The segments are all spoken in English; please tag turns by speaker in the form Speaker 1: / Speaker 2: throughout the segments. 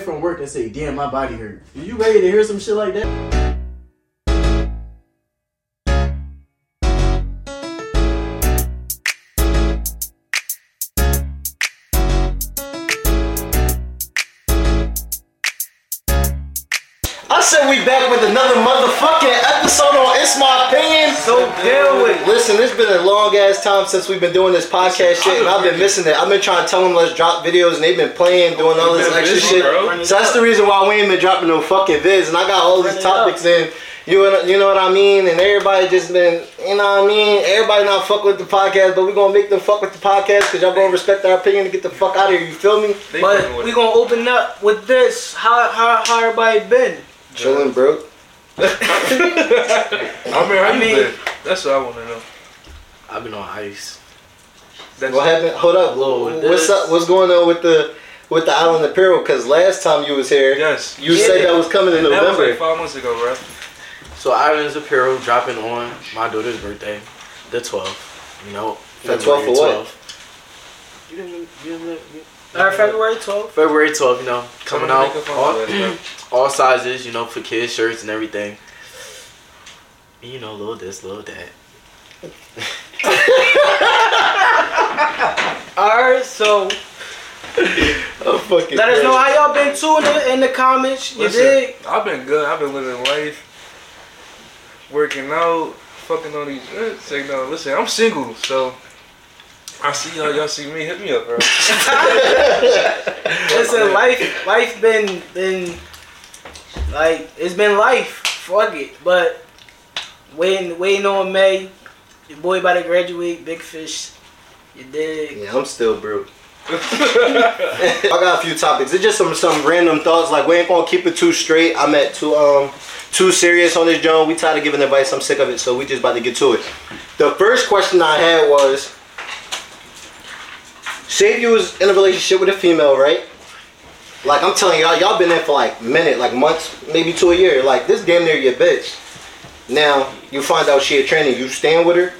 Speaker 1: from work and say, damn, my body hurt. You ready to hear some shit like that?
Speaker 2: I said we back with another motherfucking episode on It's My Opinion.
Speaker 3: So deal with it.
Speaker 2: Listen, it's been a long ass time since we've been doing this podcast shit, and I've been missing it. I've been trying to tell them let's drop videos, and they've been playing, doing all this
Speaker 3: Been
Speaker 2: extra
Speaker 3: busy,
Speaker 2: shit.
Speaker 3: bro.
Speaker 2: So that's the reason why we ain't been dropping no fucking vids, and I got all these topics in. You know, you know what I mean, and everybody just been, you know what I mean. Everybody not fuck with the podcast, but we gonna make them fuck with the podcast because y'all gonna respect our opinion and get the fuck out of here. You feel me?
Speaker 3: But we gonna open up with this. How how how everybody been?
Speaker 2: Chilling, bro.
Speaker 4: I mean, how
Speaker 3: I
Speaker 4: you
Speaker 3: mean-
Speaker 4: been? That's what I want to know.
Speaker 1: I've been on ice.
Speaker 4: That's
Speaker 2: What happened? Hold up,
Speaker 1: Lord,
Speaker 2: What's
Speaker 1: this-
Speaker 2: up? What's going on with the with the Island Apparel? Because last time you was here,
Speaker 4: Yes.
Speaker 2: you said that was coming in
Speaker 4: That was
Speaker 2: November.
Speaker 4: like five months ago, bro.
Speaker 1: So Islands Apparel dropping on my daughter's birthday, the 12th. You know,
Speaker 2: The
Speaker 1: February
Speaker 2: 12th of what?
Speaker 1: 12th. You didn't, you didn't, you didn't-
Speaker 3: Or February 12th.
Speaker 1: February 12th, you know, coming
Speaker 4: Someone
Speaker 1: out
Speaker 4: make up on
Speaker 1: all,
Speaker 4: that, bro.
Speaker 1: all sizes, you know, for kids, shirts, and everything. You know, little this, little that.
Speaker 3: Alright, so
Speaker 2: I'm Oh, fucking
Speaker 3: let us
Speaker 2: crazy.
Speaker 3: know how y'all been too in the, in the comments. You
Speaker 4: Listen,
Speaker 3: did.
Speaker 4: I've been good. I've been living life, working out, fucking on these. eh, Say no. Listen, I'm single, so I see y'all. Y'all see me? Hit me up, bro.
Speaker 3: Listen, life life been been like it's been life. Fuck it. But waiting waiting on May. Your boy about to graduate. Big fish. You dig.
Speaker 2: Yeah, I'm still broke. I got a few topics. It's just some some random thoughts. Like we ain't gonna keep it too straight. I'm at too um too serious on this John. We tired of giving advice. I'm sick of it. So we just about to get to it. The first question I had was, say if you was in a relationship with a female, right? Like I'm telling y'all, y'all been there for like minute, like months, maybe to a year. Like this damn near your bitch. Now you find out she a tranny. You stand with her.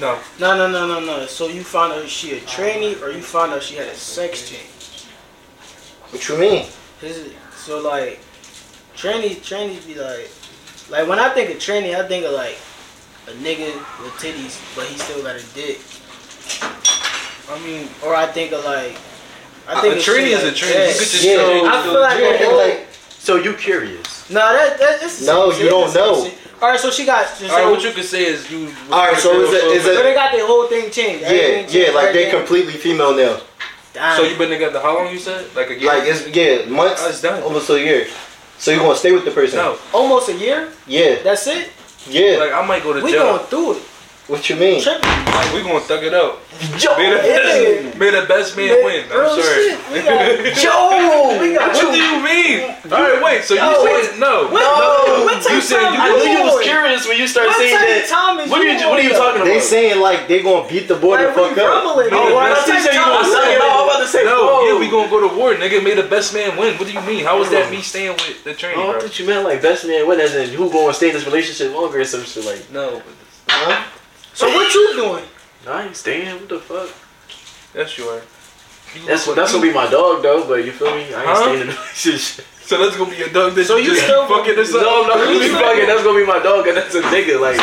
Speaker 4: no,
Speaker 3: No, no, no, no, no. So you found out she a tranny, or you found out she had a sex change?
Speaker 2: What you mean?
Speaker 3: This is- So like, tranny, trannies be like, like when I think of tranny, I think of like a nigga with titties, but he still got a dick.
Speaker 4: I mean,
Speaker 3: Or I think of like,
Speaker 4: A-
Speaker 3: I think
Speaker 4: a
Speaker 3: of
Speaker 4: tranny
Speaker 3: shit
Speaker 4: is a
Speaker 3: like
Speaker 4: tranny.
Speaker 3: that.
Speaker 4: You could just
Speaker 2: Yeah.
Speaker 4: show.
Speaker 3: I feel like
Speaker 2: Yeah,
Speaker 3: a
Speaker 2: like
Speaker 3: like.
Speaker 1: So you curious?
Speaker 3: No, that, that that's the
Speaker 2: No,
Speaker 3: same
Speaker 2: you don't
Speaker 3: shit. That's the
Speaker 2: know.
Speaker 3: same shit. All right, so she got. So,
Speaker 4: all right, what you could say is you.
Speaker 2: All right, so is it- is
Speaker 3: so
Speaker 2: it-
Speaker 3: they got their whole thing changed.
Speaker 2: Yeah, yeah, like they completely female now.
Speaker 3: Damn.
Speaker 4: So you been together how long? You said like a year.
Speaker 2: Like it's yeah, months,
Speaker 4: Oh, it's done.
Speaker 2: almost a year. So you gonna stay with the person?
Speaker 4: no,
Speaker 3: almost a year.
Speaker 2: Yeah,
Speaker 3: That's it.
Speaker 2: yeah.
Speaker 4: like I might go to
Speaker 3: We
Speaker 4: jail.
Speaker 3: going through it.
Speaker 2: what you mean?
Speaker 3: Tripping.
Speaker 4: Like, we gonna thug it out.
Speaker 2: Yo,
Speaker 4: May the
Speaker 3: Yeah.
Speaker 4: best, may the best man
Speaker 3: Man,
Speaker 4: win. I'm
Speaker 3: real
Speaker 4: sorry.
Speaker 3: shit, we got- Yo, we got
Speaker 4: What do you mean? All right, wait. So you
Speaker 3: No,
Speaker 4: said no.
Speaker 3: What-
Speaker 1: No,
Speaker 3: what type
Speaker 4: you said
Speaker 3: time
Speaker 4: you-
Speaker 1: I knew you was
Speaker 3: on?
Speaker 1: curious when you started
Speaker 3: What
Speaker 1: saying
Speaker 3: type of
Speaker 1: that.
Speaker 3: time is
Speaker 1: What are you?
Speaker 3: on,
Speaker 1: What are you
Speaker 3: though?
Speaker 1: talking about?
Speaker 2: they saying like they gonna beat the boy the
Speaker 3: Like,
Speaker 2: fuck
Speaker 3: we
Speaker 2: up.
Speaker 3: rumbling.
Speaker 4: No,
Speaker 3: No, what
Speaker 4: why
Speaker 3: type
Speaker 4: not say you
Speaker 3: time
Speaker 4: gonna
Speaker 3: is
Speaker 4: say
Speaker 3: on?
Speaker 4: no?
Speaker 1: I'm about to say
Speaker 4: No, yeah, we gonna go to war, nigga. May the best man win. What do you mean? How is that me staying with the train,
Speaker 1: Oh, I
Speaker 4: bro?
Speaker 1: thought you meant like best man win as in who gonna stay in this relationship longer or some shit like.
Speaker 4: No, but
Speaker 2: Huh?
Speaker 3: So what you doing?
Speaker 1: No, I ain't staying. What the fuck?
Speaker 4: that's your. You
Speaker 1: That's
Speaker 4: look
Speaker 1: that's
Speaker 4: like-
Speaker 1: gonna be my dog though. But you feel me? I ain't
Speaker 4: Huh?
Speaker 1: staying in the relationship.
Speaker 4: So that's gonna be your dog. That
Speaker 3: So you
Speaker 4: just
Speaker 3: still-
Speaker 4: fucking this
Speaker 1: No,
Speaker 4: up?
Speaker 1: no,
Speaker 4: You
Speaker 1: you
Speaker 4: still-
Speaker 1: fucking. That's gonna be my dog, and that's a nigga. Like you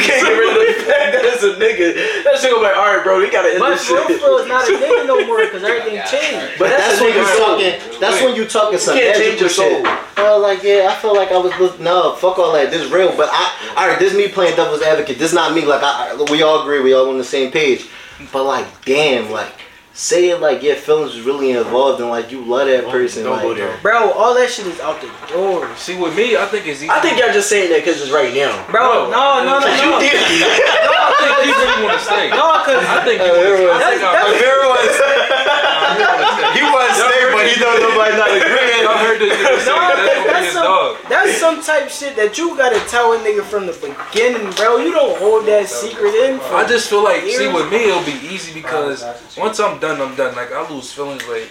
Speaker 1: can't get rid of the fact that it's a nigga. That shit gonna be like, all right, bro. We gotta end
Speaker 3: My
Speaker 1: this shit.
Speaker 3: profile is not a nigga no more because everything changed.
Speaker 1: But
Speaker 2: But that's,
Speaker 1: that's a
Speaker 2: when you
Speaker 1: nigga's soul.
Speaker 2: talking. That's when you talking some
Speaker 1: can't
Speaker 2: magical
Speaker 1: change your
Speaker 2: shit.
Speaker 1: soul.
Speaker 2: Oh, like yeah, I feel like I was look- no fuck all that. This real, but I all right. This me playing devil's advocate. This not me. Like I, I- we all agree, we all on the same page. But like, damn, like say it like your feelings was really involved and like you love that person.
Speaker 1: Don't
Speaker 2: like,
Speaker 1: go there.
Speaker 3: Bro, all that shit is out the door.
Speaker 4: See, with me, I think it's easy.
Speaker 1: I think y'all just saying that because it's right now.
Speaker 4: Oh.
Speaker 3: Bro, no, no, no, no.
Speaker 1: You did.
Speaker 4: I think you really want to stay.
Speaker 3: No,
Speaker 4: I
Speaker 3: because
Speaker 4: think you
Speaker 2: Uh,
Speaker 4: wanna- I
Speaker 2: that's-
Speaker 4: think I-
Speaker 3: that's-
Speaker 2: He wasn't
Speaker 4: stay, but he
Speaker 2: don't nobody not agreeing.
Speaker 4: I heard this nigga say
Speaker 3: No, that's,
Speaker 4: that's gonna be
Speaker 3: that's,
Speaker 4: his
Speaker 3: some,
Speaker 4: dog.
Speaker 3: that's some type shit that you gotta tell a nigga from the beginning, bro. You don't hold that secret in. For
Speaker 4: I just feel like, see, with me, it'll be easy because once I'm done, I'm done. Like, I lose feelings, like,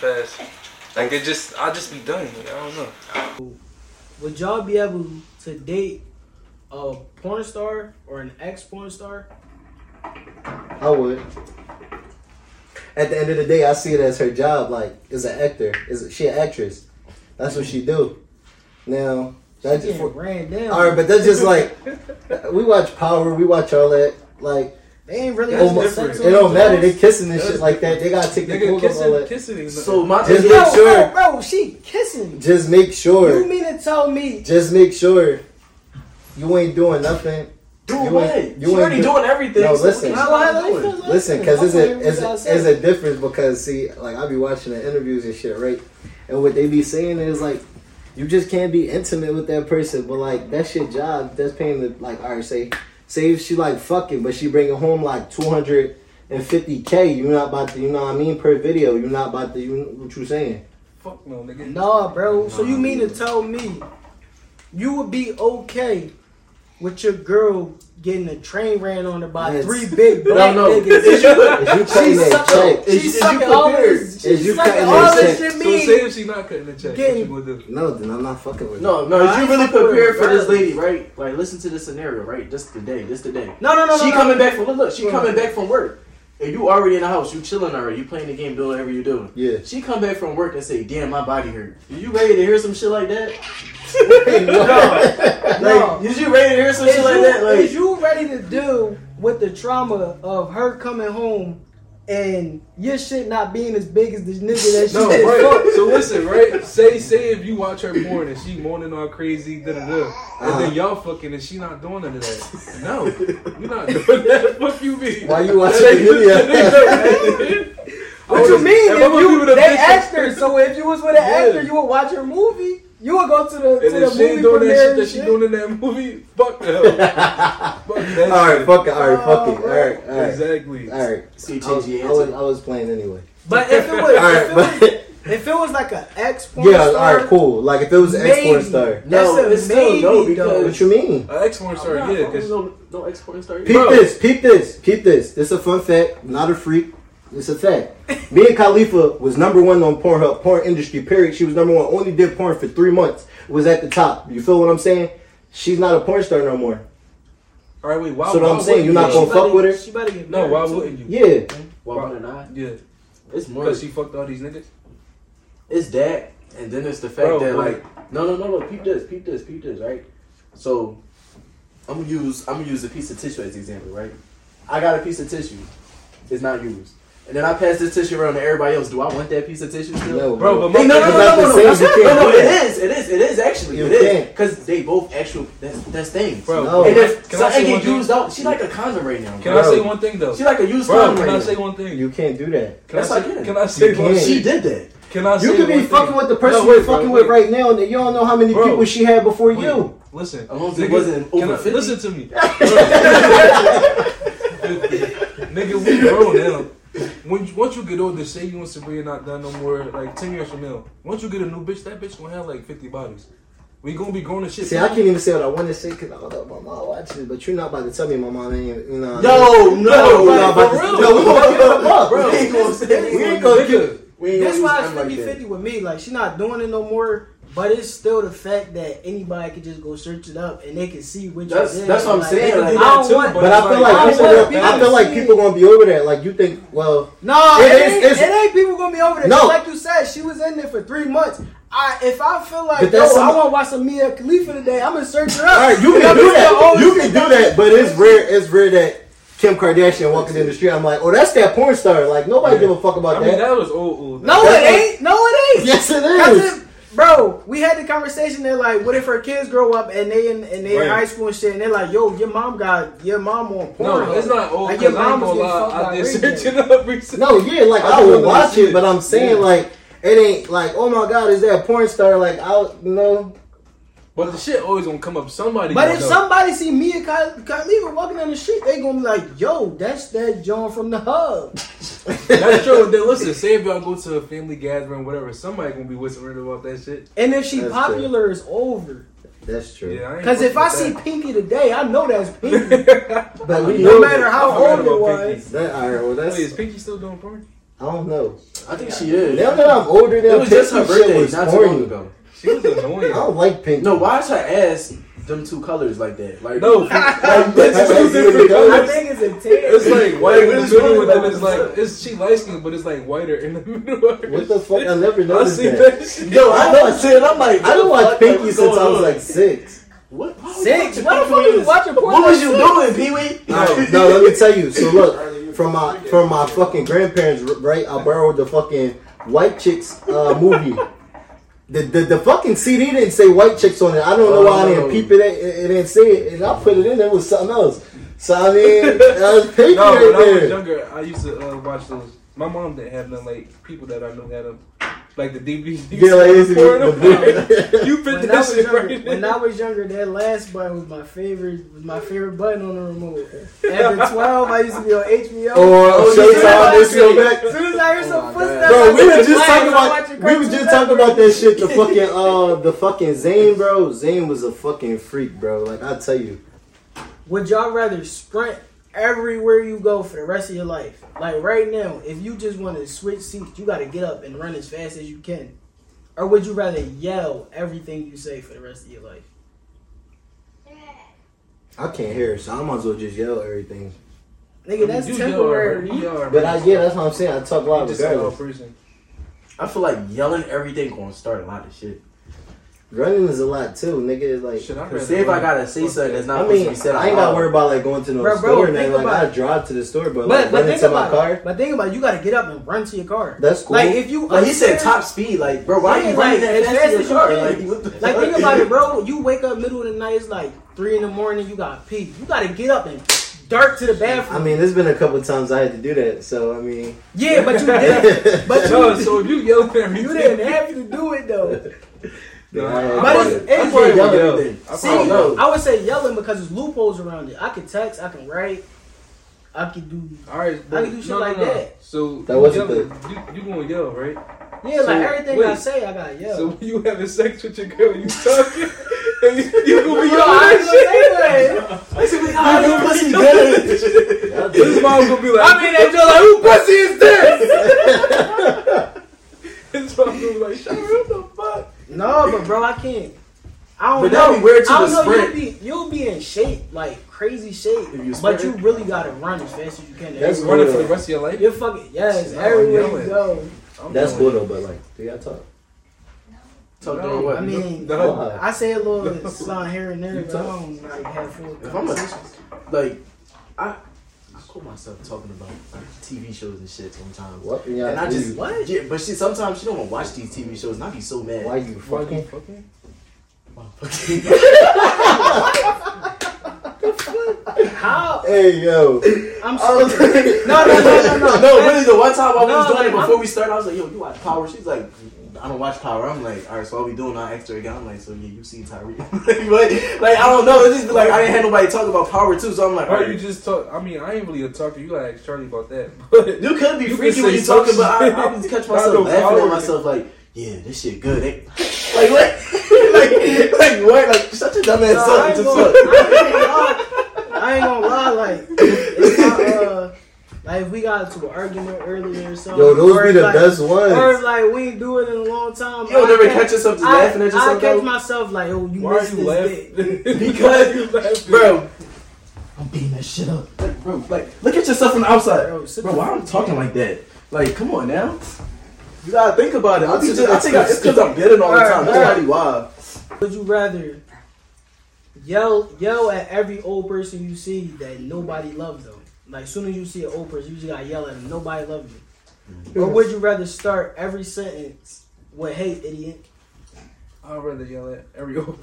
Speaker 4: fast. Like, it just, i just be done. Like, I don't know.
Speaker 3: Would y'all be able to date a porn star or an ex porn star?
Speaker 2: I would. at the end of the day, I see it as her job. Like, is an actor. Is she an actress? That's what she do. Now that just
Speaker 3: Getting ran down.
Speaker 2: all right, but that's just like we watch Power, we watch all that. Like,
Speaker 3: they ain't really.
Speaker 2: oh
Speaker 3: having
Speaker 2: my, it
Speaker 3: sex on
Speaker 2: don't
Speaker 3: the
Speaker 2: matter.
Speaker 3: job.
Speaker 2: They kissing and shit like that. They gotta take their
Speaker 4: Nigga,
Speaker 2: clothes off all that.
Speaker 4: kissing, kissing is
Speaker 1: So my thing
Speaker 2: Just make
Speaker 3: Yo,
Speaker 2: sure.
Speaker 3: bro, bro, she kissing.
Speaker 2: Just make
Speaker 3: You
Speaker 2: sure.
Speaker 3: mean to tell me,
Speaker 2: Just make sure you ain't doing nothing.
Speaker 1: do
Speaker 2: You
Speaker 1: away.
Speaker 2: ain't- you
Speaker 1: You already
Speaker 2: ain't do-
Speaker 1: doing everything.
Speaker 2: No,
Speaker 1: so what
Speaker 2: listen.
Speaker 1: you not doing?
Speaker 2: Listen, because it's a it's a, it's a difference because see, like I be watching the interviews and shit, right? And what they be saying is like, you just can't be intimate with that person, but like that's your job. That's paying the like. All right, say say if she like fucking, but she bringing home like two hundred and fifty k. You not about to, you know what I mean? Per video, you not about to. You what you saying?
Speaker 4: Fuck no, nigga.
Speaker 3: Nah, bro. So you mean to tell me you would be okay with your girl getting a train ran on her by
Speaker 2: Yes.
Speaker 3: three big
Speaker 1: No,
Speaker 3: black
Speaker 1: no.
Speaker 3: niggas?
Speaker 1: Is you-
Speaker 2: Is you cutting
Speaker 3: She's
Speaker 2: that
Speaker 3: sucking,
Speaker 2: check?
Speaker 1: is you
Speaker 3: she's sucking all this.
Speaker 2: Is you
Speaker 3: She's sucking
Speaker 2: cutting
Speaker 3: all
Speaker 2: that
Speaker 3: this
Speaker 2: check?
Speaker 3: shit.
Speaker 4: So
Speaker 3: Me.
Speaker 4: say if she not cutting the check, what
Speaker 3: Getting-
Speaker 4: you gonna do?
Speaker 2: No, then I'm not fucking with. you.
Speaker 1: No, no, if
Speaker 3: I
Speaker 1: you
Speaker 3: ain't
Speaker 1: really
Speaker 3: fucking with
Speaker 1: prepared for
Speaker 3: her.
Speaker 1: this lady, right? Like, listen to the scenario, right? This the day, this the day.
Speaker 3: No, no, no, no.
Speaker 1: she
Speaker 3: no.
Speaker 1: coming back from look, look, she coming back from work. And you already in the house, you chilling already, you playing the game, doing whatever you doing.
Speaker 2: Yeah.
Speaker 1: She come back from work and say, "Damn, my body hurt." Is you ready to hear some shit like that?
Speaker 3: No.
Speaker 1: Like, is you ready to hear some
Speaker 3: Is
Speaker 1: shit like
Speaker 3: you-
Speaker 1: that? Like,
Speaker 3: is you ready to deal with the trauma of her coming home and your shit not being as big as this nigga that she
Speaker 4: No,
Speaker 3: just
Speaker 4: right.
Speaker 3: fucked?
Speaker 4: So listen, right? Say say if you watch her porn and she moaning all crazy, da da da, and then y'all fucking and she not doing none of that. No, you not doing that. Fuck you mean?
Speaker 2: Why you watching the video?
Speaker 3: What you mean?
Speaker 4: If
Speaker 3: If
Speaker 4: I'm gonna
Speaker 3: you,
Speaker 4: give it a
Speaker 3: they
Speaker 4: bitch-
Speaker 3: asked her, so if you was with an
Speaker 4: Yeah.
Speaker 3: actor, you would watch her movie. You would go to the
Speaker 4: And if
Speaker 3: to
Speaker 4: she
Speaker 3: the movie
Speaker 4: ain't doing that
Speaker 3: premiere.
Speaker 4: shit
Speaker 3: and
Speaker 4: that she doing in that movie, fuck the hell. fuck that.
Speaker 2: all right,
Speaker 4: shit.
Speaker 2: fuck it. All right, fuck it. All right, all right,
Speaker 4: Exactly.
Speaker 2: all right.
Speaker 1: see,
Speaker 2: I
Speaker 1: change
Speaker 2: was, I
Speaker 1: your
Speaker 2: was,
Speaker 1: answer.
Speaker 2: I was playing anyway.
Speaker 3: But if it was,
Speaker 2: All right,
Speaker 3: if, it was
Speaker 2: but
Speaker 3: if it was like an ex porn
Speaker 2: yeah, all
Speaker 3: star,
Speaker 2: right, cool. Like if it was an
Speaker 3: maybe.
Speaker 2: export star,
Speaker 1: No,
Speaker 3: That's a
Speaker 1: it's still no,
Speaker 3: maybe, though.
Speaker 1: because-
Speaker 2: what you mean?
Speaker 4: An ex porn star, oh, yeah,
Speaker 1: because
Speaker 4: because
Speaker 1: no, no export and start.
Speaker 2: Peep
Speaker 4: Bro.
Speaker 2: this, peep this, peep this. This a fun fact. Not a freak. It's a fact. Me and Khalifa was number one on Pornhub, porn industry. Period. She was number one. Only did porn for three months. Was at the top. You feel what I'm saying? She's not a porn star no more.
Speaker 4: all right, wait, why?
Speaker 2: So what
Speaker 4: why
Speaker 2: I'm saying,
Speaker 4: wouldn't
Speaker 2: you're not
Speaker 4: you?
Speaker 2: gonna fuck with her?
Speaker 3: She better get
Speaker 4: No,
Speaker 3: married.
Speaker 4: why
Speaker 3: too.
Speaker 4: wouldn't you?
Speaker 2: Yeah.
Speaker 1: Why would I?
Speaker 4: Yeah,
Speaker 1: It's more.
Speaker 4: because she fucked all these niggas.
Speaker 1: It's that, and then it's the fact
Speaker 4: Bro,
Speaker 1: that
Speaker 4: wait.
Speaker 1: like, no, no, no, no. Peep this, peep this, peep this, right? So, I'm gonna use I'm gonna use a piece of tissue as an example, right? I got a piece of tissue, it's not used, and then I pass this tissue around to everybody else. Do I want that piece of tissue still?
Speaker 2: No,
Speaker 4: Bro, but
Speaker 1: Hey, no, no, no,
Speaker 2: It's
Speaker 1: no,
Speaker 2: not
Speaker 1: no,
Speaker 2: the
Speaker 1: no,
Speaker 2: same
Speaker 1: no,
Speaker 2: as you
Speaker 1: no,
Speaker 2: can't
Speaker 1: no,
Speaker 2: do
Speaker 1: it
Speaker 2: that.
Speaker 1: is, it is, it is actually,
Speaker 2: You
Speaker 1: it is,
Speaker 2: can't.
Speaker 1: because they both actual, that's, that's things.
Speaker 4: Bro,
Speaker 2: No.
Speaker 1: and
Speaker 4: can I-
Speaker 1: if
Speaker 4: can I
Speaker 1: something
Speaker 4: say one
Speaker 1: get
Speaker 4: thing?
Speaker 1: used out, she like a condom right now.
Speaker 4: Can
Speaker 1: bro.
Speaker 4: I say one thing though?
Speaker 1: She like a used
Speaker 4: Bro,
Speaker 1: condom
Speaker 4: can I
Speaker 1: right
Speaker 4: say
Speaker 1: now.
Speaker 4: one thing?
Speaker 2: You can't do that.
Speaker 4: Can
Speaker 1: That's
Speaker 4: I
Speaker 1: like
Speaker 4: say,
Speaker 1: it.
Speaker 4: can I say
Speaker 2: You
Speaker 4: one
Speaker 2: can't.
Speaker 1: She did
Speaker 4: thing?
Speaker 1: that.
Speaker 4: Can I say
Speaker 2: You could
Speaker 4: one
Speaker 2: be
Speaker 4: thing?
Speaker 2: fucking with the person
Speaker 4: No, wait,
Speaker 2: you're fucking
Speaker 4: bro,
Speaker 2: with
Speaker 4: wait.
Speaker 2: right now, and you don't know how many
Speaker 4: Bro.
Speaker 2: people she had before
Speaker 4: Wait,
Speaker 2: you.
Speaker 4: Listen.
Speaker 1: As long as it wasn't
Speaker 4: can
Speaker 1: over
Speaker 4: I-
Speaker 1: 50.
Speaker 4: Listen to me. nigga, we grown now. When you- once you get older, say you and Sabrina not done no more, like ten years from now. Once you get a new bitch, that bitch gonna have like fifty bodies. We gonna be grown as shit.
Speaker 2: See, I can't even say what I want to say because I don't know if my mom watching, but you're not about to tell me my mom ain't, you know.
Speaker 1: No,
Speaker 2: no,
Speaker 1: no,
Speaker 2: we're
Speaker 1: no.
Speaker 2: not about
Speaker 4: for
Speaker 2: to.
Speaker 4: real.
Speaker 2: No, we're gonna get her up.
Speaker 1: Bro, we
Speaker 2: We
Speaker 1: ain't gonna say
Speaker 2: we ain't
Speaker 1: gonna.
Speaker 2: gonna get.
Speaker 1: We ain't
Speaker 3: That's
Speaker 1: gonna
Speaker 3: why
Speaker 1: use
Speaker 3: it's
Speaker 1: nothing
Speaker 3: 50
Speaker 1: like that.
Speaker 3: 50 with me. Like, she's not doing it no more, but it's still the fact that anybody could just go search it up and they can see what
Speaker 1: That's-
Speaker 3: you did.
Speaker 1: that's what I'm
Speaker 3: Like,
Speaker 1: saying,
Speaker 3: they can
Speaker 1: like-
Speaker 3: do
Speaker 4: I
Speaker 3: that
Speaker 4: don't
Speaker 3: too.
Speaker 4: want-
Speaker 2: But I feel like
Speaker 3: I
Speaker 2: people.
Speaker 3: want
Speaker 2: Gonna, I
Speaker 3: people
Speaker 2: feel
Speaker 3: to
Speaker 2: like
Speaker 3: see
Speaker 2: people gonna be over that. Like you think, well,
Speaker 3: No,
Speaker 2: It
Speaker 3: it,
Speaker 2: is-
Speaker 3: ain't,
Speaker 2: it's-
Speaker 3: it ain't people gonna be over there.
Speaker 2: No.
Speaker 3: Just like you said, she was in there for three months. I if I feel like
Speaker 2: But
Speaker 3: yo,
Speaker 2: that's some-
Speaker 3: I want to watch some Mia Khalifa today, I'm gonna search her
Speaker 2: all
Speaker 3: up.
Speaker 2: right, you
Speaker 3: And
Speaker 2: can
Speaker 3: I'm
Speaker 2: do
Speaker 3: gonna
Speaker 2: that.
Speaker 3: always
Speaker 2: You
Speaker 3: think
Speaker 2: can do
Speaker 3: I'm-
Speaker 2: that, but it's rare. It's rare that Kim Kardashian walking in the street. I'm like, oh, that's that porn star. Like nobody give a fuck
Speaker 4: I
Speaker 2: about
Speaker 4: mean,
Speaker 2: that.
Speaker 4: that was old. old.
Speaker 3: No,
Speaker 2: That's
Speaker 3: it
Speaker 2: like-
Speaker 3: ain't. No, it ain't.
Speaker 2: Yes, it
Speaker 3: That's
Speaker 2: is.
Speaker 3: it. Bro, we had the conversation. They're like, "What if her kids grow up and they in, and they in
Speaker 4: Right.
Speaker 3: high school and shit?" And they're like, "Yo, your mom got your mom on porn."
Speaker 4: No, it's not old.
Speaker 3: Like,
Speaker 4: 'cause
Speaker 3: your
Speaker 4: I
Speaker 3: mom
Speaker 4: ain't
Speaker 3: was
Speaker 4: gonna
Speaker 3: getting
Speaker 4: lie.
Speaker 3: fucked
Speaker 4: I
Speaker 3: by
Speaker 4: did
Speaker 3: Reagan.
Speaker 4: search it up recently.
Speaker 2: No, yeah, like
Speaker 4: I
Speaker 2: I, would
Speaker 4: remember
Speaker 2: watch
Speaker 4: that
Speaker 2: it,
Speaker 4: shit.
Speaker 2: but I'm saying
Speaker 4: Yeah.
Speaker 2: like it ain't like oh my god, is that a porn star? Like I you know
Speaker 4: But the shit always gonna come up. Somebody.
Speaker 3: But
Speaker 4: gonna
Speaker 3: if
Speaker 4: know.
Speaker 3: somebody see me and Ky- Khalifa walking down the street, they gonna be like, "Yo, that's that John from the hub."
Speaker 4: That's true. Then listen, say if y'all go to a family gathering, whatever, somebody gonna be whispering about that shit.
Speaker 3: And if she
Speaker 2: That's true.
Speaker 3: popular, it's over.
Speaker 2: that's true.
Speaker 4: Yeah, I ain't
Speaker 3: Because if I see
Speaker 4: fucking
Speaker 3: Pinky today, I know that's Pinky.
Speaker 4: with that.
Speaker 2: But we
Speaker 3: no
Speaker 2: know
Speaker 3: matter how
Speaker 4: I
Speaker 3: old
Speaker 4: forgot
Speaker 3: it
Speaker 4: about
Speaker 3: was.
Speaker 4: Pinky.
Speaker 2: That all right, well that's
Speaker 4: Wait, is Pinky still doing porn?
Speaker 2: I don't know.
Speaker 1: I think she is.
Speaker 2: Now that I'm older,
Speaker 1: It
Speaker 2: that
Speaker 1: was just her
Speaker 2: Pinky shit
Speaker 1: birthday
Speaker 2: was
Speaker 1: not too long
Speaker 2: corny.
Speaker 1: ago.
Speaker 4: She was annoying.
Speaker 2: I don't like pink.
Speaker 1: No, why is her ass them two colors like that? Like
Speaker 4: No,
Speaker 1: like bitches two different
Speaker 3: I
Speaker 1: colors.
Speaker 3: think it's intense.
Speaker 4: it's like white
Speaker 1: what
Speaker 4: in the
Speaker 1: is
Speaker 4: middle,
Speaker 1: wrong
Speaker 4: and then
Speaker 1: about
Speaker 4: it's
Speaker 1: this?
Speaker 4: like it's she light skinned, but it's like whiter in the middle. of her.
Speaker 2: What the fuck? I never
Speaker 4: I
Speaker 2: noticed
Speaker 4: see
Speaker 2: that.
Speaker 4: that. shit.
Speaker 1: Yo, I watched it. I'm like,
Speaker 2: I don't
Speaker 1: what the
Speaker 2: watch
Speaker 1: fuck
Speaker 2: Pinky
Speaker 1: is
Speaker 2: since
Speaker 1: going
Speaker 2: I was
Speaker 1: on?
Speaker 2: like six.
Speaker 1: what? Why would you
Speaker 3: Six?
Speaker 1: watch
Speaker 3: Why
Speaker 1: Pinky
Speaker 3: the fuck
Speaker 1: when
Speaker 3: you
Speaker 1: was-
Speaker 3: watching porn?
Speaker 1: What
Speaker 3: like
Speaker 1: was you
Speaker 3: six?
Speaker 1: doing, Pee Wee?
Speaker 2: No, no, let me tell you. So look, from my from my fucking grandparents, right? I borrowed the fucking White Chicks uh, movie. The, the, the fucking CD didn't say white chicks on it. I don't know why I
Speaker 1: Oh.
Speaker 2: didn't peep it. It, it didn't say it, and I put it in. It was something else. So I mean, I was pinky
Speaker 4: No, when I
Speaker 2: right
Speaker 4: was
Speaker 2: there.
Speaker 4: younger, I used to uh, watch those. My mom didn't have them. Like people that I knew had them, like the DVDs.
Speaker 2: Yeah, like it's
Speaker 4: Pouring them out.
Speaker 2: the
Speaker 4: You fit
Speaker 3: When I,
Speaker 4: that
Speaker 3: was
Speaker 4: shit right
Speaker 3: younger,
Speaker 4: in.
Speaker 3: when I was younger, that last button was my favorite was my favorite button on the remote. After twelve, I used to be on
Speaker 2: or
Speaker 3: HBO.
Speaker 1: Oh,
Speaker 2: Showtime.
Speaker 1: yeah.
Speaker 2: Let's go back.
Speaker 3: as soon as I hear
Speaker 1: Oh
Speaker 3: some
Speaker 1: my
Speaker 3: footsteps,
Speaker 1: God.
Speaker 2: Bro, we
Speaker 3: I
Speaker 2: were
Speaker 3: was
Speaker 2: just talking
Speaker 3: watching
Speaker 2: about we was
Speaker 3: Cartoon
Speaker 2: just talking
Speaker 3: Network.
Speaker 2: about that shit. The fucking uh, the fucking Zane, bro. Zane was a fucking freak, bro. Like I tell you,
Speaker 3: Would y'all rather sprint everywhere you go for the rest of your life? Like right now, if you just want to switch seats, you got to get up and run as fast as you can. Or would you rather yell everything you say for the rest of your life?
Speaker 2: I can't hear, so I might as well just yell everything.
Speaker 3: Nigga, that's
Speaker 4: You
Speaker 3: temporary.
Speaker 4: are- you are-
Speaker 2: But I, yeah, that's what I'm saying. I talk
Speaker 4: You
Speaker 2: loud
Speaker 4: just a
Speaker 2: regardless.
Speaker 4: person.
Speaker 1: I feel like yelling everything gonna start a lot of shit.
Speaker 2: Running is a lot too, nigga. Like
Speaker 4: Shit, I'd
Speaker 1: Cause
Speaker 4: rather
Speaker 1: say if I
Speaker 4: run.
Speaker 1: gotta say
Speaker 4: Fuck
Speaker 1: something
Speaker 4: that.
Speaker 1: that's not
Speaker 2: I
Speaker 1: supposed
Speaker 2: mean,
Speaker 1: to be said out
Speaker 2: I ain't got to
Speaker 1: loud.
Speaker 2: worry about like going to no
Speaker 3: Bro, bro,
Speaker 2: store. and
Speaker 3: think
Speaker 2: then, like
Speaker 3: about
Speaker 2: I drive to the store, but,
Speaker 3: But
Speaker 2: like,
Speaker 3: but
Speaker 2: running
Speaker 3: think
Speaker 2: to my
Speaker 3: about
Speaker 2: car,
Speaker 3: it. But think about it. You got to get up and run to your car.
Speaker 2: that's cool.
Speaker 3: Like if you
Speaker 1: Like he said,
Speaker 3: upstairs-
Speaker 1: top speed. Like, bro, why
Speaker 3: Yeah,
Speaker 1: you running
Speaker 3: like,
Speaker 1: that
Speaker 3: as
Speaker 1: fast
Speaker 3: fast
Speaker 1: in your
Speaker 3: as you
Speaker 1: car?
Speaker 3: can.
Speaker 1: Like, what the
Speaker 3: Like
Speaker 1: fuck?
Speaker 3: think about it, bro. You wake up middle of the night. It's like three in the morning. You got pee. You got to get up and dart to the bathroom.
Speaker 2: I mean, there's been a couple times I had to do that, so I mean,
Speaker 3: yeah, but you did. But you,
Speaker 4: No, so if you yelling at me,
Speaker 3: you didn't have to do it though.
Speaker 4: Nah,
Speaker 2: But
Speaker 4: I
Speaker 2: it's-
Speaker 4: probably-
Speaker 3: it's-
Speaker 4: I probably
Speaker 1: yelling
Speaker 4: would yell.
Speaker 1: everything.
Speaker 4: I
Speaker 3: See,
Speaker 4: probably
Speaker 1: no.
Speaker 4: would.
Speaker 3: I would say yelling because there's loopholes around it. I can text, I can write, I can do
Speaker 4: All right,
Speaker 3: I
Speaker 4: but
Speaker 3: can do shit
Speaker 4: no, no,
Speaker 3: like
Speaker 4: no.
Speaker 3: that.
Speaker 4: So
Speaker 2: That
Speaker 4: you
Speaker 2: wasn't
Speaker 4: yelling- You, you gonna yell, right?
Speaker 3: yeah, like
Speaker 4: So,
Speaker 3: everything I
Speaker 4: wait.
Speaker 3: say, I gotta yell.
Speaker 4: So when you having sex with your girl, you talking, and you, you gonna be
Speaker 3: Yo, I ain't
Speaker 4: yelling.
Speaker 3: gonna
Speaker 4: that
Speaker 3: say that.
Speaker 1: How you pussy good?
Speaker 2: y'all
Speaker 4: shit. His
Speaker 2: do-
Speaker 4: mom gonna be like,
Speaker 3: I mean, that joke like who pussy is this?
Speaker 4: his mom gonna be like, shut up, the fuck.
Speaker 3: no, but bro, I can't. I don't
Speaker 1: But
Speaker 3: know.
Speaker 1: that'd be weird to
Speaker 3: I don't
Speaker 1: the
Speaker 3: know. You'll
Speaker 1: sprint.
Speaker 3: be, you'll be in shape, like crazy shape,
Speaker 1: If you
Speaker 3: but
Speaker 1: sprint.
Speaker 3: you really gotta run as fast as you can.
Speaker 2: That's
Speaker 3: Everywhere-
Speaker 4: Running for the rest of your life.
Speaker 3: You're fucking yes,
Speaker 4: No,
Speaker 3: everywhere you
Speaker 4: yelling.
Speaker 3: go.
Speaker 4: I'm
Speaker 2: that's
Speaker 4: yelling.
Speaker 2: cool though. But like, do y'all talk?
Speaker 1: Talk to her what?
Speaker 3: I mean,
Speaker 4: No.
Speaker 2: Why?
Speaker 3: I say a little song here and there,
Speaker 4: You
Speaker 3: but I
Speaker 4: talk.
Speaker 3: don't like have full
Speaker 1: If I'm
Speaker 3: conversations.
Speaker 1: a, like, I, I call myself talking about TV shows and shit sometimes.
Speaker 2: What? in y'all
Speaker 1: And I just
Speaker 2: do?
Speaker 1: what? Yeah, but she sometimes she don't want to watch these TV shows, and I be so mad.
Speaker 2: Why you
Speaker 4: Why you
Speaker 2: fucking?
Speaker 4: fucking?
Speaker 1: Motherfucker.
Speaker 3: How?
Speaker 2: Hey yo.
Speaker 3: I'm
Speaker 1: I
Speaker 3: so
Speaker 1: was like-
Speaker 3: no, no, no, no, no.
Speaker 1: no, really, the one time I
Speaker 3: No,
Speaker 1: was doing
Speaker 3: like,
Speaker 1: it before
Speaker 3: I'm-
Speaker 1: we started, I was like, yo, you watch Power? She's like, I don't watch Power. I'm like, all right, so all we doing our extra again. I'm like, so yeah, you see Tyreek. like, like, I don't know. It's just like, I didn't have nobody talk about Power, too, so I'm like, all
Speaker 4: Why
Speaker 1: right.
Speaker 4: you
Speaker 1: You,
Speaker 4: just talk? I mean, I ain't really a talker. You gotta ask Charlie about that. But
Speaker 1: could be
Speaker 4: You
Speaker 1: freaky
Speaker 4: can
Speaker 1: when
Speaker 4: say
Speaker 1: you talking, but I,
Speaker 4: something.
Speaker 1: I was catch
Speaker 4: I know
Speaker 1: myself laughing
Speaker 4: Power.
Speaker 1: at myself, like, yeah, this shit good. eh? like, what? like, like, what? Like, shut your dumb ass
Speaker 3: No, I
Speaker 1: up.
Speaker 3: ain't
Speaker 1: Just
Speaker 3: gonna-
Speaker 1: fuck.
Speaker 3: I ain't gonna lie, like, if I, uh, like if we got into an argument earlier or something.
Speaker 2: Yo, those
Speaker 3: or
Speaker 2: be
Speaker 3: if,
Speaker 2: the
Speaker 3: like,
Speaker 2: best
Speaker 3: Or if
Speaker 2: ones.
Speaker 3: like we ain't do it in a long time.
Speaker 1: You don't
Speaker 3: I
Speaker 1: ever
Speaker 3: catch-
Speaker 1: catch yourself just
Speaker 3: I-
Speaker 1: laughing at
Speaker 3: I
Speaker 1: yourself,
Speaker 3: catch
Speaker 1: though?
Speaker 3: myself like, oh, you
Speaker 4: why are
Speaker 3: missed
Speaker 4: you
Speaker 3: this dick.
Speaker 4: laughing?
Speaker 1: Because-
Speaker 4: you laughing,
Speaker 1: Bro. I'm beating that shit up. Like, bro, like, look at yourself from the outside.
Speaker 3: Bro, sit
Speaker 1: Bro,
Speaker 3: the
Speaker 1: why
Speaker 3: fuck
Speaker 1: I'm talking like that? Like, come on now. You gotta think about it. I think,
Speaker 2: It's
Speaker 1: I think
Speaker 2: just-
Speaker 1: it's because I'm bidding all the time. That's
Speaker 3: Alright,
Speaker 1: probably why.
Speaker 3: Would you rather yell yell at every old person you see that nobody loves them? Like, as soon as you see an old person, you just gotta yell at them. Nobody loves you. Or would you rather start every sentence with "Hey, idiot"?
Speaker 4: I'd rather yell at every old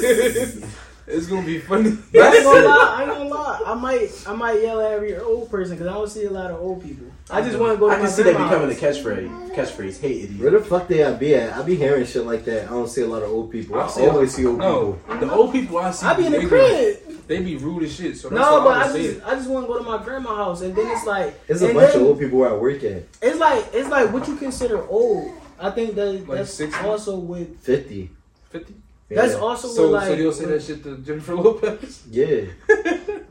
Speaker 4: person. it's gonna be funny.
Speaker 3: I ain't gonna lie. I ain't gonna lie. I might, I might yell at every old person because I don't see a lot of old people. I just want to go. To
Speaker 1: I
Speaker 3: my
Speaker 1: can see that
Speaker 3: grandma's.
Speaker 1: becoming a catchphrase. Catchphrase. Hey,
Speaker 2: Where
Speaker 1: idiot.
Speaker 2: the fuck they I be at? I be hearing shit like that. I don't see a lot of old people. I
Speaker 4: I see a-
Speaker 2: always see old
Speaker 4: No,
Speaker 2: people.
Speaker 4: the old people I see,
Speaker 3: I be in
Speaker 4: they
Speaker 3: the crib.
Speaker 4: They be rude as shit. So that's
Speaker 3: No,
Speaker 4: why
Speaker 3: but
Speaker 4: I,
Speaker 3: I
Speaker 4: would say
Speaker 3: just, I just want to go to my grandma's house, and then it's like,
Speaker 2: It's a
Speaker 3: and
Speaker 2: bunch
Speaker 3: then
Speaker 2: of old people where I work at.
Speaker 3: It's like, it's like what you consider old. I think that
Speaker 4: Like
Speaker 3: that's
Speaker 4: 60?
Speaker 3: also with.
Speaker 2: Fifty.
Speaker 4: fifty.
Speaker 3: That's
Speaker 2: Yeah.
Speaker 3: also
Speaker 4: So,
Speaker 3: with like.
Speaker 4: so you'll say that
Speaker 3: with-
Speaker 4: shit to Jennifer Lopez.
Speaker 2: Yeah.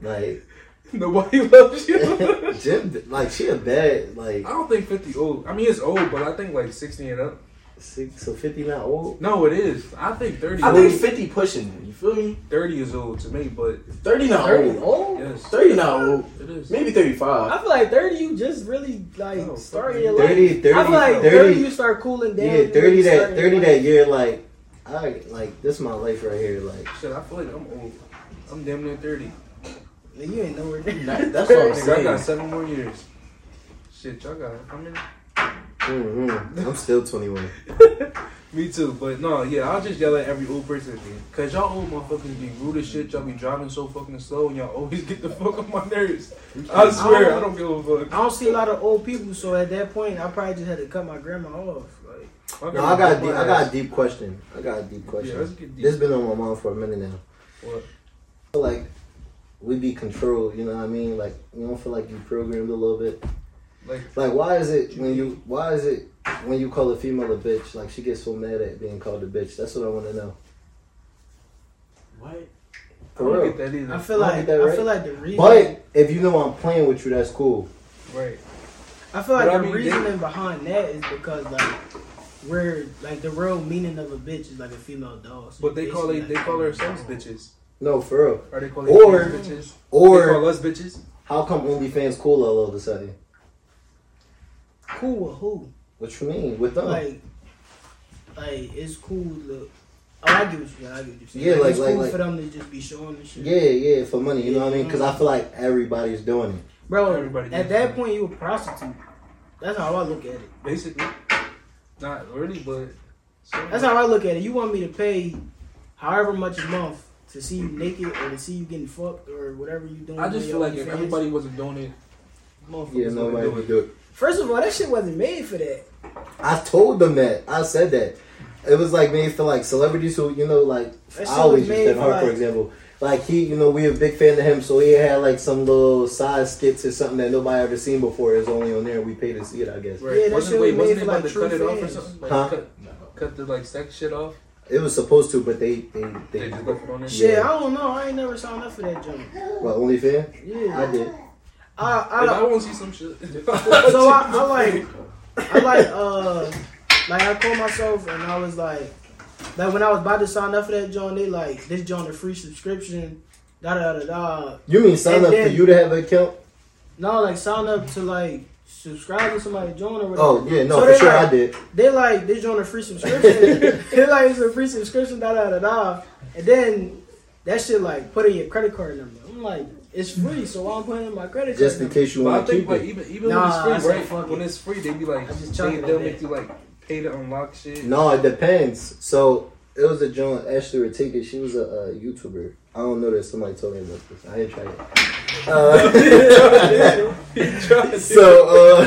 Speaker 2: like
Speaker 4: Nobody loves you.
Speaker 2: Jim, like she a bad like
Speaker 4: I don't think fifty old. I mean, it's old, but I think like sixty and up.
Speaker 2: Six, so 50 not old?
Speaker 4: No, it is. I think 30,
Speaker 1: I think 50 pushing it. You feel me?
Speaker 4: 30 is old to me, but
Speaker 1: 30 not
Speaker 3: 30
Speaker 1: old.
Speaker 3: old?
Speaker 4: yes,
Speaker 1: 30 not old.
Speaker 4: it is.
Speaker 1: Maybe 35.
Speaker 3: I feel like 30, you just really like
Speaker 4: No,
Speaker 3: started your life.
Speaker 2: 30, 30,
Speaker 3: I feel like 30,
Speaker 2: 30,
Speaker 3: you start cooling down.
Speaker 2: yeah,
Speaker 3: you
Speaker 2: 30
Speaker 3: really
Speaker 2: that,
Speaker 3: start
Speaker 2: 30
Speaker 3: your
Speaker 2: that
Speaker 3: life.
Speaker 2: year, like, I, like, this is my life right here, like.
Speaker 4: Shit, I feel like I'm old. I'm damn near 30.
Speaker 3: Nigga, You ain't nowhere near
Speaker 1: That- that's what I'm
Speaker 4: Nigga, I
Speaker 1: saying.
Speaker 4: got seven more years. Shit, y'all got how many?
Speaker 2: Mm-hmm. I'm still 21.
Speaker 4: Me too, but no, yeah, I'll just yell at every old person again. Cause y'all old motherfuckers be rude as shit, y'all be driving so fucking slow, and y'all always get the fuck on my nerves. I swear, I don't give a
Speaker 3: I don't see a lot of old people, so at that point, I probably just had to cut my grandma off. Like,
Speaker 4: fuck.
Speaker 2: No, I got, a deep, I got a deep question. I got a deep
Speaker 4: Yeah, let's
Speaker 2: question.
Speaker 4: get deep.
Speaker 2: This been on my mind for a minute now.
Speaker 4: What?
Speaker 2: I feel like we be controlled, you know what I mean? Like, you don't feel like you programmed a little bit.
Speaker 4: Like,
Speaker 2: Like, why is it when you, why is it when you call a female a bitch? Like, she gets so mad at being called a bitch. That's what I want to know.
Speaker 1: What?
Speaker 4: I
Speaker 2: For
Speaker 4: don't
Speaker 2: real.
Speaker 4: get that either.
Speaker 3: I feel
Speaker 2: I
Speaker 3: like
Speaker 2: get that
Speaker 3: I feel
Speaker 2: right.
Speaker 3: like the reason.
Speaker 2: But if you know I'm playing with you, that's cool.
Speaker 4: Right.
Speaker 3: I feel like
Speaker 4: But I
Speaker 3: the
Speaker 4: mean,
Speaker 3: reasoning behind that is because like we're like the real meaning of a bitch is like a female dog. So
Speaker 4: But they call it,
Speaker 3: basically,
Speaker 4: they
Speaker 3: like,
Speaker 4: call ourselves bitches,
Speaker 2: No, for real.
Speaker 4: or they call
Speaker 2: Or-
Speaker 4: or, bitches, or they
Speaker 2: Or
Speaker 4: call us bitches.
Speaker 2: how come OnlyFans cool all of a sudden?
Speaker 3: Cool with who?
Speaker 2: What you mean with them?
Speaker 3: Like, like it's cool to. Oh, I get what you. I get what you saying.
Speaker 2: Yeah, like-
Speaker 3: it's
Speaker 2: like-
Speaker 3: cool
Speaker 2: like-
Speaker 3: for them to just be showing the shit.
Speaker 2: yeah, yeah, for money. You know what I mean? Because I feel like everybody's doing it.
Speaker 3: bro.
Speaker 4: Everybody
Speaker 3: at that
Speaker 4: does that.
Speaker 3: point, you a prostitute. That's how I look at it.
Speaker 4: basically. Not really, but
Speaker 3: That's how I look at it. You want me to pay however much a month to see you naked or to see you getting fucked or whatever you doing.
Speaker 4: I
Speaker 3: on
Speaker 4: just
Speaker 3: your
Speaker 4: feel like if
Speaker 3: OnlyFans.
Speaker 4: everybody wasn't doing it, motherfuckers
Speaker 2: Yeah,
Speaker 4: wouldn't
Speaker 2: nobody
Speaker 4: do
Speaker 2: would
Speaker 4: it.
Speaker 2: do it.
Speaker 3: First of all, that shit wasn't made for that.
Speaker 2: I told them that. I said that. It was like made for like celebrities who you know like
Speaker 3: That shit
Speaker 2: I always use
Speaker 3: was made
Speaker 2: Stephen
Speaker 3: for,
Speaker 2: Hart for
Speaker 3: like-
Speaker 2: example. Like he, you know, we a big fan of him, so he had like some little side skits or something that nobody ever seen before. It's only on there. We pay to see it, I guess.
Speaker 4: Right.
Speaker 3: Yeah, that
Speaker 4: wasn't,
Speaker 3: shit
Speaker 4: wait,
Speaker 3: was
Speaker 4: wasn't
Speaker 3: made
Speaker 4: they
Speaker 3: for,
Speaker 4: about
Speaker 3: like,
Speaker 4: to cut
Speaker 3: true
Speaker 4: it off or
Speaker 3: fans.
Speaker 4: something? Like,
Speaker 2: Huh?
Speaker 4: cut, cut the like sex shit off.
Speaker 2: It was supposed to, but they they they,
Speaker 4: They just left it on there.
Speaker 3: Shit,
Speaker 2: Yeah.
Speaker 3: I don't know. I ain't never signed up for that joint.
Speaker 2: what OnlyFans?
Speaker 3: Yeah,
Speaker 2: I did.
Speaker 3: I, I,
Speaker 4: If I
Speaker 3: I
Speaker 4: want to see some shit.
Speaker 3: so I, I like I like uh like I called myself and I was like like when I was about to sign up for that joint, they like this joint a free subscription, da da da da.
Speaker 2: You mean sign
Speaker 3: And
Speaker 2: up
Speaker 3: then-
Speaker 2: for you to have an account?
Speaker 3: No, like sign up to like subscribe to somebody join or whatever.
Speaker 2: Oh yeah, no,
Speaker 3: So
Speaker 2: for
Speaker 3: they
Speaker 2: sure
Speaker 3: like-
Speaker 2: I did.
Speaker 3: They like they join a free subscription. they like it's a free subscription, da da da da. And then that shit like put in your credit card number. I'm like, it's free, so why I'm putting in my credit
Speaker 2: Just in
Speaker 3: card
Speaker 2: case you
Speaker 4: But I
Speaker 2: want to
Speaker 4: think
Speaker 2: keep
Speaker 4: like
Speaker 2: it.
Speaker 4: even even
Speaker 3: Nah,
Speaker 4: when
Speaker 3: I
Speaker 4: it's
Speaker 3: said
Speaker 4: free, right?
Speaker 3: fuck it.
Speaker 4: When it's free, they be like
Speaker 3: I just
Speaker 4: they,
Speaker 3: chucked it
Speaker 4: they'll
Speaker 3: on
Speaker 4: make
Speaker 3: that.
Speaker 4: you like pay to unlock shit.
Speaker 2: No, it depends. So it was a Joan Ashley Ratika. She was a, uh YouTuber. I don't know that somebody told me about this. I didn't try it. Uh, so uh,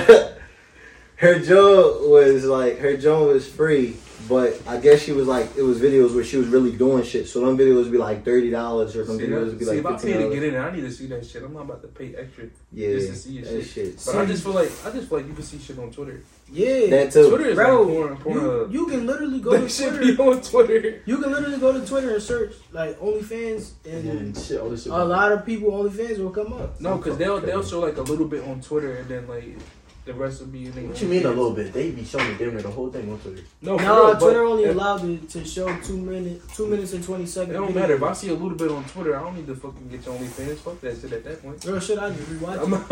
Speaker 2: her Joan was like her Joan was free, but I guess she was like it was videos were she was really doing shit. So them videos would be like thirty dollars or some
Speaker 4: See,
Speaker 2: videos
Speaker 4: that,
Speaker 2: would be
Speaker 4: see
Speaker 2: like
Speaker 4: if I
Speaker 2: fifteen
Speaker 4: pay to get
Speaker 2: dollars.
Speaker 4: in, I need to see that shit. I'm not about to pay extra.
Speaker 2: Yeah,
Speaker 4: just to see your
Speaker 2: that
Speaker 4: shit.
Speaker 2: shit.
Speaker 4: But I just feel like I just feel like you can see shit on Twitter.
Speaker 3: Yeah.
Speaker 2: That too.
Speaker 4: Twitter is
Speaker 3: Bro,
Speaker 4: like porn, porn.
Speaker 3: you,
Speaker 4: hub.
Speaker 3: you can literally go
Speaker 4: that
Speaker 3: to
Speaker 4: shit
Speaker 3: Twitter.
Speaker 4: uh, be on Twitter.
Speaker 3: You can literally go to Twitter and search like OnlyFans, and
Speaker 1: And shit, all this shit.
Speaker 3: a lot of people OnlyFans will come up.
Speaker 4: No, because they'll they'll show like a little bit on Twitter and then like the rest will be in their
Speaker 1: What you
Speaker 4: own
Speaker 1: mean a
Speaker 4: feeds.
Speaker 1: little bit? They be showing damn near the whole thing on Twitter.
Speaker 4: No, for
Speaker 3: No,
Speaker 4: real, but
Speaker 3: Twitter only
Speaker 4: it-
Speaker 3: allowed to, to show two minutes, two minutes and twenty
Speaker 4: It
Speaker 3: seconds.
Speaker 4: don't matter if I see a little bit on Twitter. I don't need to fucking get your OnlyFans. Fuck that shit at that point.
Speaker 3: Girl, should I just rewatch
Speaker 4: I'm
Speaker 3: it?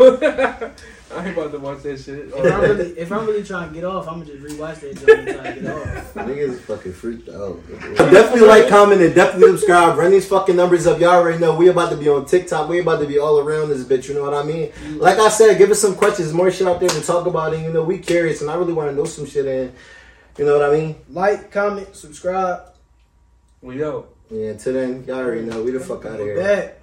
Speaker 4: I ain't about to watch that shit.
Speaker 3: If I'm really, if I'm really trying to get off, I'm gonna just rewatch that joint and try to get off.
Speaker 2: Niggas fucking freaked out. definitely like, comment, and definitely subscribe. Run these fucking numbers up. Y'all already know we about to be on TikTok. We about to be all around this bitch. You know what I mean? Like I said, give us some questions, more shit out there to talk about. And you know, we curious, and I really want to know some shit. And you know what I mean?
Speaker 3: Like, comment, subscribe.
Speaker 4: Well, yo,
Speaker 2: Yeah. Until then, y'all already know we the fuck out of
Speaker 3: We're
Speaker 2: here.
Speaker 3: back.